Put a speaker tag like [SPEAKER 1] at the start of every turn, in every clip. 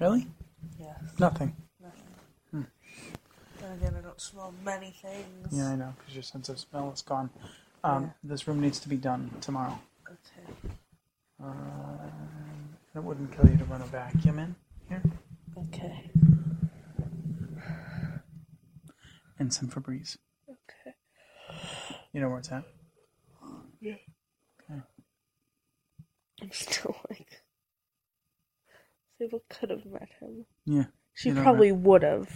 [SPEAKER 1] Really?
[SPEAKER 2] Yes.
[SPEAKER 1] Nothing.
[SPEAKER 2] Nothing. Then again, I don't smell many things.
[SPEAKER 1] Yeah, I know, because your sense of smell is gone. Um,
[SPEAKER 2] Yeah.
[SPEAKER 1] This room needs to be done tomorrow.
[SPEAKER 2] Okay.
[SPEAKER 1] Um it wouldn't kill you to run a vacuum in here
[SPEAKER 2] Okay.
[SPEAKER 1] and some Febreze.
[SPEAKER 2] Okay.
[SPEAKER 1] You know where it's at?
[SPEAKER 2] I'm still like. Sable could have met him.
[SPEAKER 1] Yeah.
[SPEAKER 2] She
[SPEAKER 1] You don't
[SPEAKER 2] probably would have.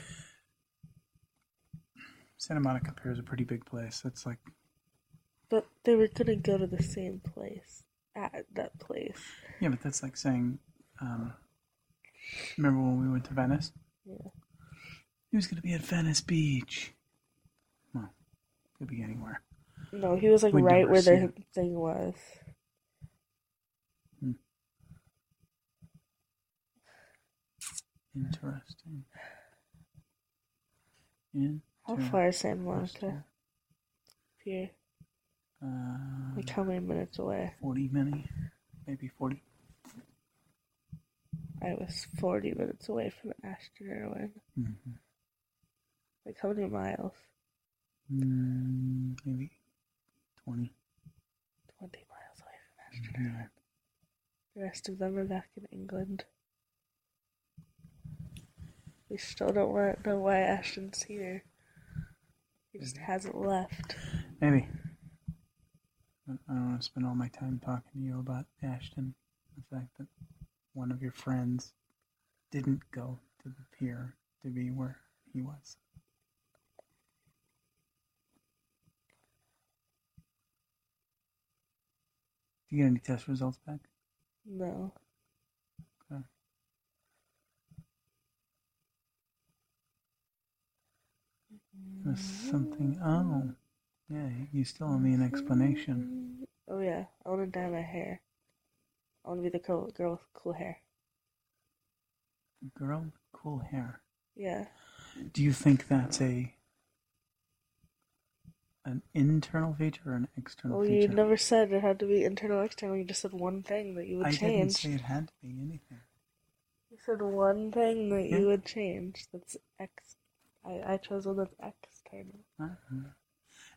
[SPEAKER 1] Santa Monica Pier is a pretty big place. It's like
[SPEAKER 2] But they were gonna go to the same place. At that place.
[SPEAKER 1] yeah, but that's like saying. Um, remember when we went to Venice?
[SPEAKER 2] Yeah.
[SPEAKER 1] He was gonna be at Venice Beach. Well, could be anywhere.
[SPEAKER 2] No, he was like
[SPEAKER 1] We'd
[SPEAKER 2] right
[SPEAKER 1] never
[SPEAKER 2] where their
[SPEAKER 1] seen
[SPEAKER 2] thing was.
[SPEAKER 1] Interesting. In
[SPEAKER 2] How
[SPEAKER 1] Yeah.
[SPEAKER 2] far is San Monica? Here.
[SPEAKER 1] Uh,
[SPEAKER 2] Like how many minutes away?
[SPEAKER 1] forty, many, maybe forty.
[SPEAKER 2] I was 40 minutes away from Ashton Irwin.
[SPEAKER 1] Mhm.
[SPEAKER 2] Like how many miles?
[SPEAKER 1] Mm, maybe 20.
[SPEAKER 2] 20 miles away from Ashton Irwin. The rest of them are back in England. We still don't want to know why Ashton's here. He just hasn't left.
[SPEAKER 1] Maybe. But I don't want to spend all my time talking to you about Ashton. The fact that one of your friends didn't go to the pier to be where he was. Do you get any test results back?
[SPEAKER 2] No.
[SPEAKER 1] Okay. There's something. Oh, yeah. You still owe me an explanation.
[SPEAKER 2] Oh yeah, I want to dye my hair. I want to be the girl, girl with cool hair.
[SPEAKER 1] Girl, with cool hair.
[SPEAKER 2] Yeah.
[SPEAKER 1] Do you think that's a an internal feature or an external
[SPEAKER 2] Well, you
[SPEAKER 1] feature?
[SPEAKER 2] never said it had to be internal or external. You just said one thing that you would
[SPEAKER 1] I didn't
[SPEAKER 2] change.
[SPEAKER 1] say it had to be anything.
[SPEAKER 2] You said one thing that
[SPEAKER 1] Yeah.
[SPEAKER 2] you would change. That's ex. I I chose one that's external.
[SPEAKER 1] I don't know.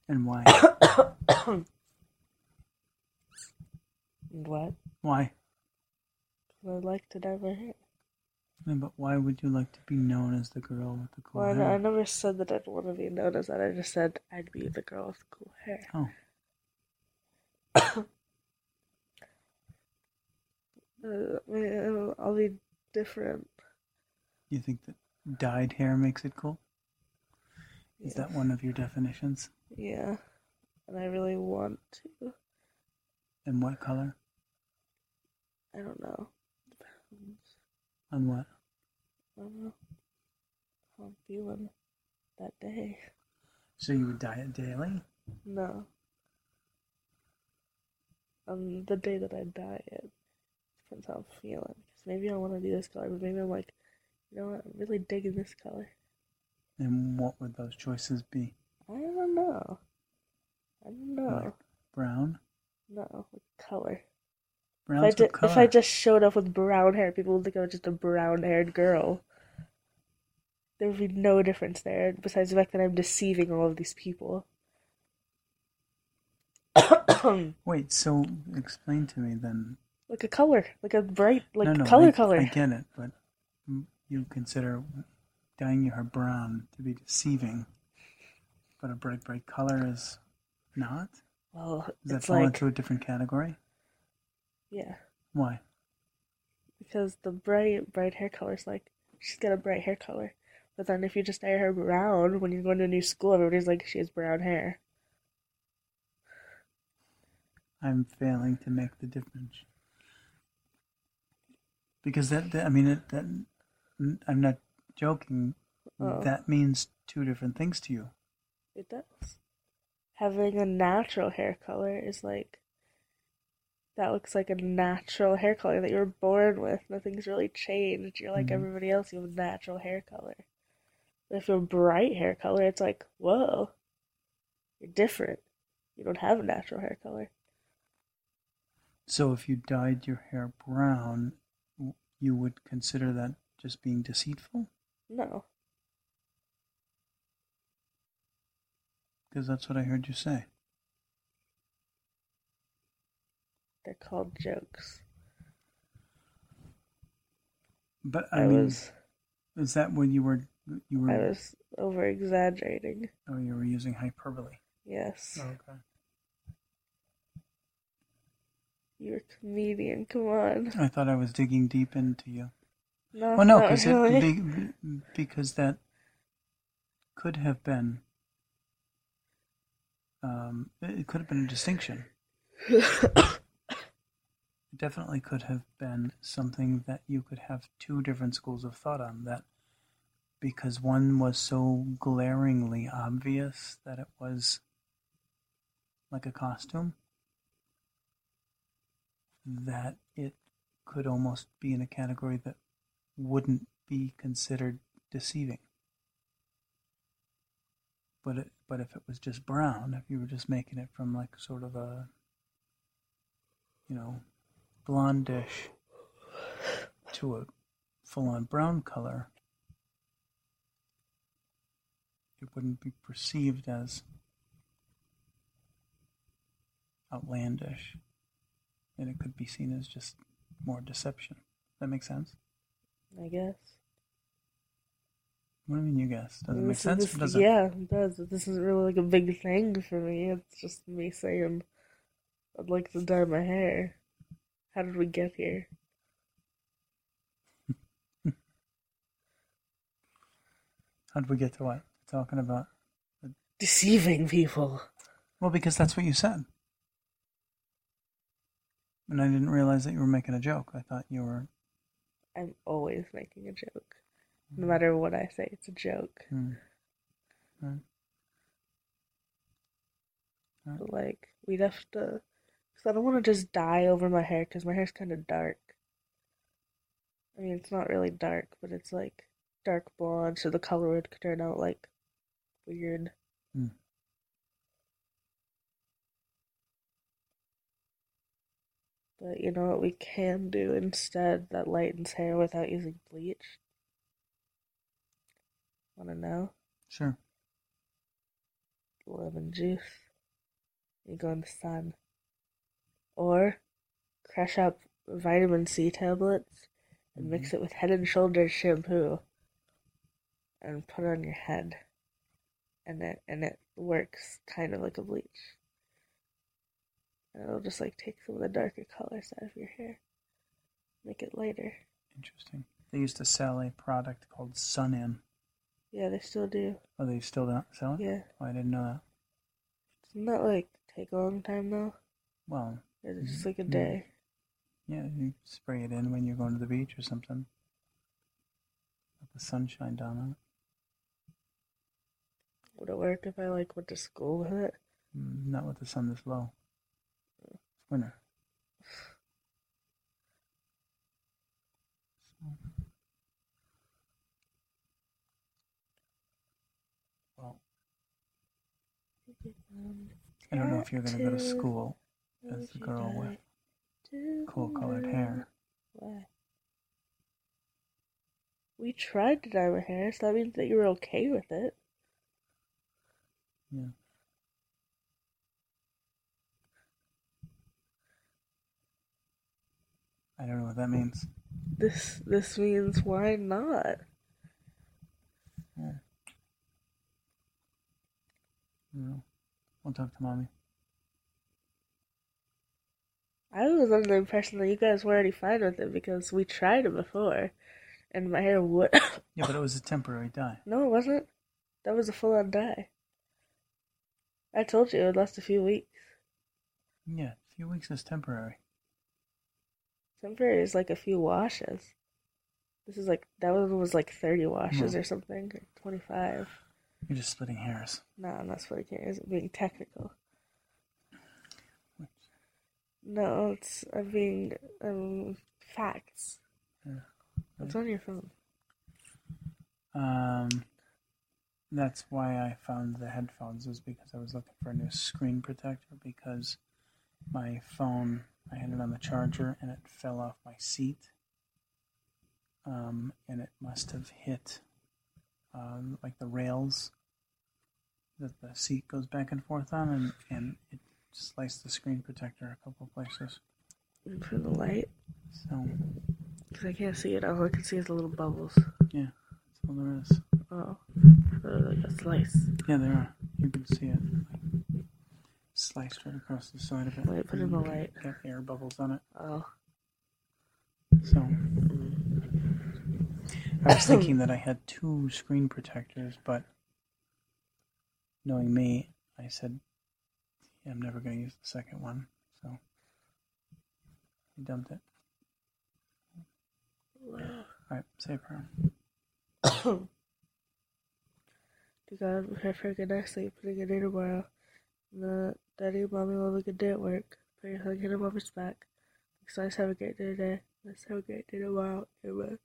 [SPEAKER 1] And why?
[SPEAKER 2] And what?
[SPEAKER 1] why?
[SPEAKER 2] I like to dye my hair.
[SPEAKER 1] Yeah, but why would you like to be known as the girl with the cool
[SPEAKER 2] Well, I,
[SPEAKER 1] hair?
[SPEAKER 2] I never said that I'd want to be known as that. I just said I'd be the girl with cool hair.
[SPEAKER 1] Oh,
[SPEAKER 2] Uh, I mean, I'll- I'll be different.
[SPEAKER 1] you think that dyed hair makes it cool? Is
[SPEAKER 2] Yeah.
[SPEAKER 1] that one of your definitions?
[SPEAKER 2] Yeah, and I really want to.
[SPEAKER 1] And what color?
[SPEAKER 2] I don't know.
[SPEAKER 1] On what?
[SPEAKER 2] I don't know how I'm feeling that day.
[SPEAKER 1] So you would dye it daily?
[SPEAKER 2] No. Um, the day that I die, it depends how I'm feeling. 'Cause maybe I want to do this color, but maybe I'm like, you know what? I'm really digging this color.
[SPEAKER 1] And what would those choices be?
[SPEAKER 2] I don't know. I don't know.
[SPEAKER 1] Like brown?
[SPEAKER 2] No, like color. If I,
[SPEAKER 1] Brown's
[SPEAKER 2] ju-
[SPEAKER 1] what color?
[SPEAKER 2] if I just showed up with brown hair, people would think I was just a brown haired girl. There would be no difference there, besides the fact that I'm deceiving all of these people. like
[SPEAKER 1] Wait, so explain to me then.
[SPEAKER 2] a color, like a bright, like
[SPEAKER 1] no, no,
[SPEAKER 2] color,
[SPEAKER 1] I,
[SPEAKER 2] color.
[SPEAKER 1] I get it, but you consider dyeing your hair brown to be deceiving, but a bright, bright color is not?
[SPEAKER 2] well,
[SPEAKER 1] Does that
[SPEAKER 2] it's
[SPEAKER 1] fall
[SPEAKER 2] like,
[SPEAKER 1] into a different category?
[SPEAKER 2] yeah,
[SPEAKER 1] Why?
[SPEAKER 2] because the bright, bright hair color is like, she's got a bright hair color. But then if you just dye her brown when you're going to a new school, everybody's like, she has brown hair.
[SPEAKER 1] I'm failing to make the difference. Because that, that I mean, it, that, I'm not joking.
[SPEAKER 2] Oh.
[SPEAKER 1] That means two different things to you.
[SPEAKER 2] It does. Having a natural hair color is like that looks like a natural hair color that you were born with. Nothing's really changed. You're like
[SPEAKER 1] Mhm.
[SPEAKER 2] everybody else, you have a natural hair color. But if you have a bright hair color, it's like, whoa, you're different. You don't have a natural hair color.
[SPEAKER 1] So if you dyed your hair brown, w- you would consider that just being deceitful?
[SPEAKER 2] No.
[SPEAKER 1] Because that's what I heard you say.
[SPEAKER 2] They're called jokes.
[SPEAKER 1] But I,
[SPEAKER 2] I,
[SPEAKER 1] mean,
[SPEAKER 2] was
[SPEAKER 1] is that when you were you
[SPEAKER 2] I
[SPEAKER 1] were
[SPEAKER 2] was over exaggerating.
[SPEAKER 1] oh you were using hyperbole?
[SPEAKER 2] Yes.
[SPEAKER 1] okay.
[SPEAKER 2] You're a comedian, come on.
[SPEAKER 1] I thought I was digging deep into you.
[SPEAKER 2] No,
[SPEAKER 1] Well, no,
[SPEAKER 2] not
[SPEAKER 1] because
[SPEAKER 2] Oh, really.
[SPEAKER 1] be, because that could have been um, it could have been a distinction. It definitely could have been something that you could have two different schools of thought on that because one was so glaringly obvious that it was like a costume that it could almost be in a category that wouldn't be considered deceiving. But it, but if it was just brown, if you were just making it from like sort of a, you know, blondish to a full-on brown color, it wouldn't be perceived as outlandish, and it could be seen as just more deception. That makes sense.
[SPEAKER 2] I guess.
[SPEAKER 1] What do you mean you guess? Does it make
[SPEAKER 2] This is-
[SPEAKER 1] sense?
[SPEAKER 2] this-
[SPEAKER 1] or does it?
[SPEAKER 2] Yeah, it does. But This isn't really like a big thing for me. It's just me saying, I'd like to dye my hair. How did we get here?
[SPEAKER 1] How'd we get to what? Talking about.
[SPEAKER 2] Deceiving people.
[SPEAKER 1] Well, because that's what you said. And I didn't realize that you were making a joke. I thought you were.
[SPEAKER 2] I'm always making a joke.
[SPEAKER 1] Mm.
[SPEAKER 2] No matter what I say, it's a joke.
[SPEAKER 1] Hmm. Hmm.
[SPEAKER 2] But, like, we'd have to. Because I don't want to just dye over my hair because my hair's kind of dark. I mean, it's not really dark, but it's like dark blonde, so the color would turn out like weird. But you know what we can do instead that lightens hair without using bleach? Wanna know?
[SPEAKER 1] Sure.
[SPEAKER 2] Lemon juice. You go in the sun. Or crush up vitamin C tablets and mix it with head and shoulders shampoo and put on your head. And it and it works kind of like a bleach. And it'll just like take some of the darker colors out of your hair. Make it lighter.
[SPEAKER 1] Mm-hmm. Interesting. They used to sell a product called Sun In.
[SPEAKER 2] Yeah, they still do.
[SPEAKER 1] Oh, they still don't sell it?
[SPEAKER 2] Yeah.
[SPEAKER 1] Oh, I didn't know that.
[SPEAKER 2] Doesn't that like take a long time though?
[SPEAKER 1] Well,
[SPEAKER 2] Or is it just like a
[SPEAKER 1] Mm.
[SPEAKER 2] day?
[SPEAKER 1] yeah, you spray it in when you're going to the beach or something. Let the sunshine down on
[SPEAKER 2] Would it work if I like went to school with it?
[SPEAKER 1] it. Mm, Not with the sun this low. It's winter. I don't know if you're going to go to
[SPEAKER 2] Tattoo.
[SPEAKER 1] school
[SPEAKER 2] Would
[SPEAKER 1] as the
[SPEAKER 2] you
[SPEAKER 1] girl
[SPEAKER 2] dye
[SPEAKER 1] with
[SPEAKER 2] to
[SPEAKER 1] cool colored
[SPEAKER 2] know
[SPEAKER 1] hair.
[SPEAKER 2] Why? We tried to dye my hair, so that means that you were okay with it.
[SPEAKER 1] Yeah. I don't know what that means.
[SPEAKER 2] This this means why not?
[SPEAKER 1] I don't know. We'll talk to mommy.
[SPEAKER 2] I was under the impression that you guys were already fine with it because we tried it before, and my hair would.
[SPEAKER 1] Yeah, but it was a temporary dye.
[SPEAKER 2] no, it wasn't. That was a full on dye. I told you it would last a few weeks.
[SPEAKER 1] Yeah, a few weeks is temporary.
[SPEAKER 2] Temporary is like a few washes. This is like that one was like thirty washes
[SPEAKER 1] Hmm.
[SPEAKER 2] or something, or twenty five.
[SPEAKER 1] You're just splitting hairs.
[SPEAKER 2] No, I'm not splitting hairs. I'm being technical. No, it's I'm being um facts.
[SPEAKER 1] Yeah.
[SPEAKER 2] What's on your phone?
[SPEAKER 1] Um, that's why I found the headphones was because I was looking for a new screen protector because my phone I had it on the charger and it fell off my seat um, and it must have hit um, like the rails that the seat goes back and forth on, and, and it sliced the screen protector a couple places.
[SPEAKER 2] For the light,
[SPEAKER 1] So,
[SPEAKER 2] because I can't see it. All I can see is the little bubbles.
[SPEAKER 1] yeah, that's all there is.
[SPEAKER 2] Oh, they're like a slice.
[SPEAKER 1] Yeah, there are. You can see it like, sliced right across the side of it.
[SPEAKER 2] Wait, put in the light.
[SPEAKER 1] Got air bubbles on it.
[SPEAKER 2] Oh,
[SPEAKER 1] So, I was thinking that I had two screen protectors, but knowing me, I said, yeah, I'm never going to use the second one. So, I dumped it.
[SPEAKER 2] wow.
[SPEAKER 1] All right, say a prayer.
[SPEAKER 2] To God, we pray for a good night's sleep and a good day tomorrow. And that Daddy and Mommy will have a good day at work. Put your hug in your mama's back. Thanks, guys. Have a great day today. Let's have a great day tomorrow. Amen.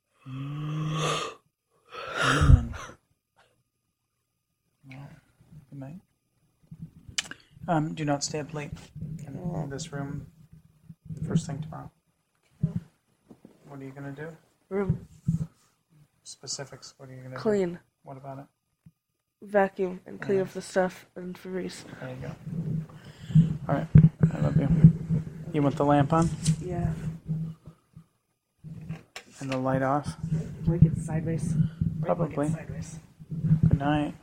[SPEAKER 1] Amen. Well, good night. Um, do not stay up late in this room first thing tomorrow. What are you going to do?
[SPEAKER 2] Room
[SPEAKER 1] Specifics. What are you going to do?
[SPEAKER 2] clean.
[SPEAKER 1] What about it?
[SPEAKER 2] Vacuum and clean up the stuff and Febreze.
[SPEAKER 1] There you go. All right. I love you. You want the lamp on
[SPEAKER 2] Yeah,
[SPEAKER 1] and the light off?
[SPEAKER 2] like it sideways. Like it
[SPEAKER 1] Probably.
[SPEAKER 2] sideways.
[SPEAKER 1] Good night.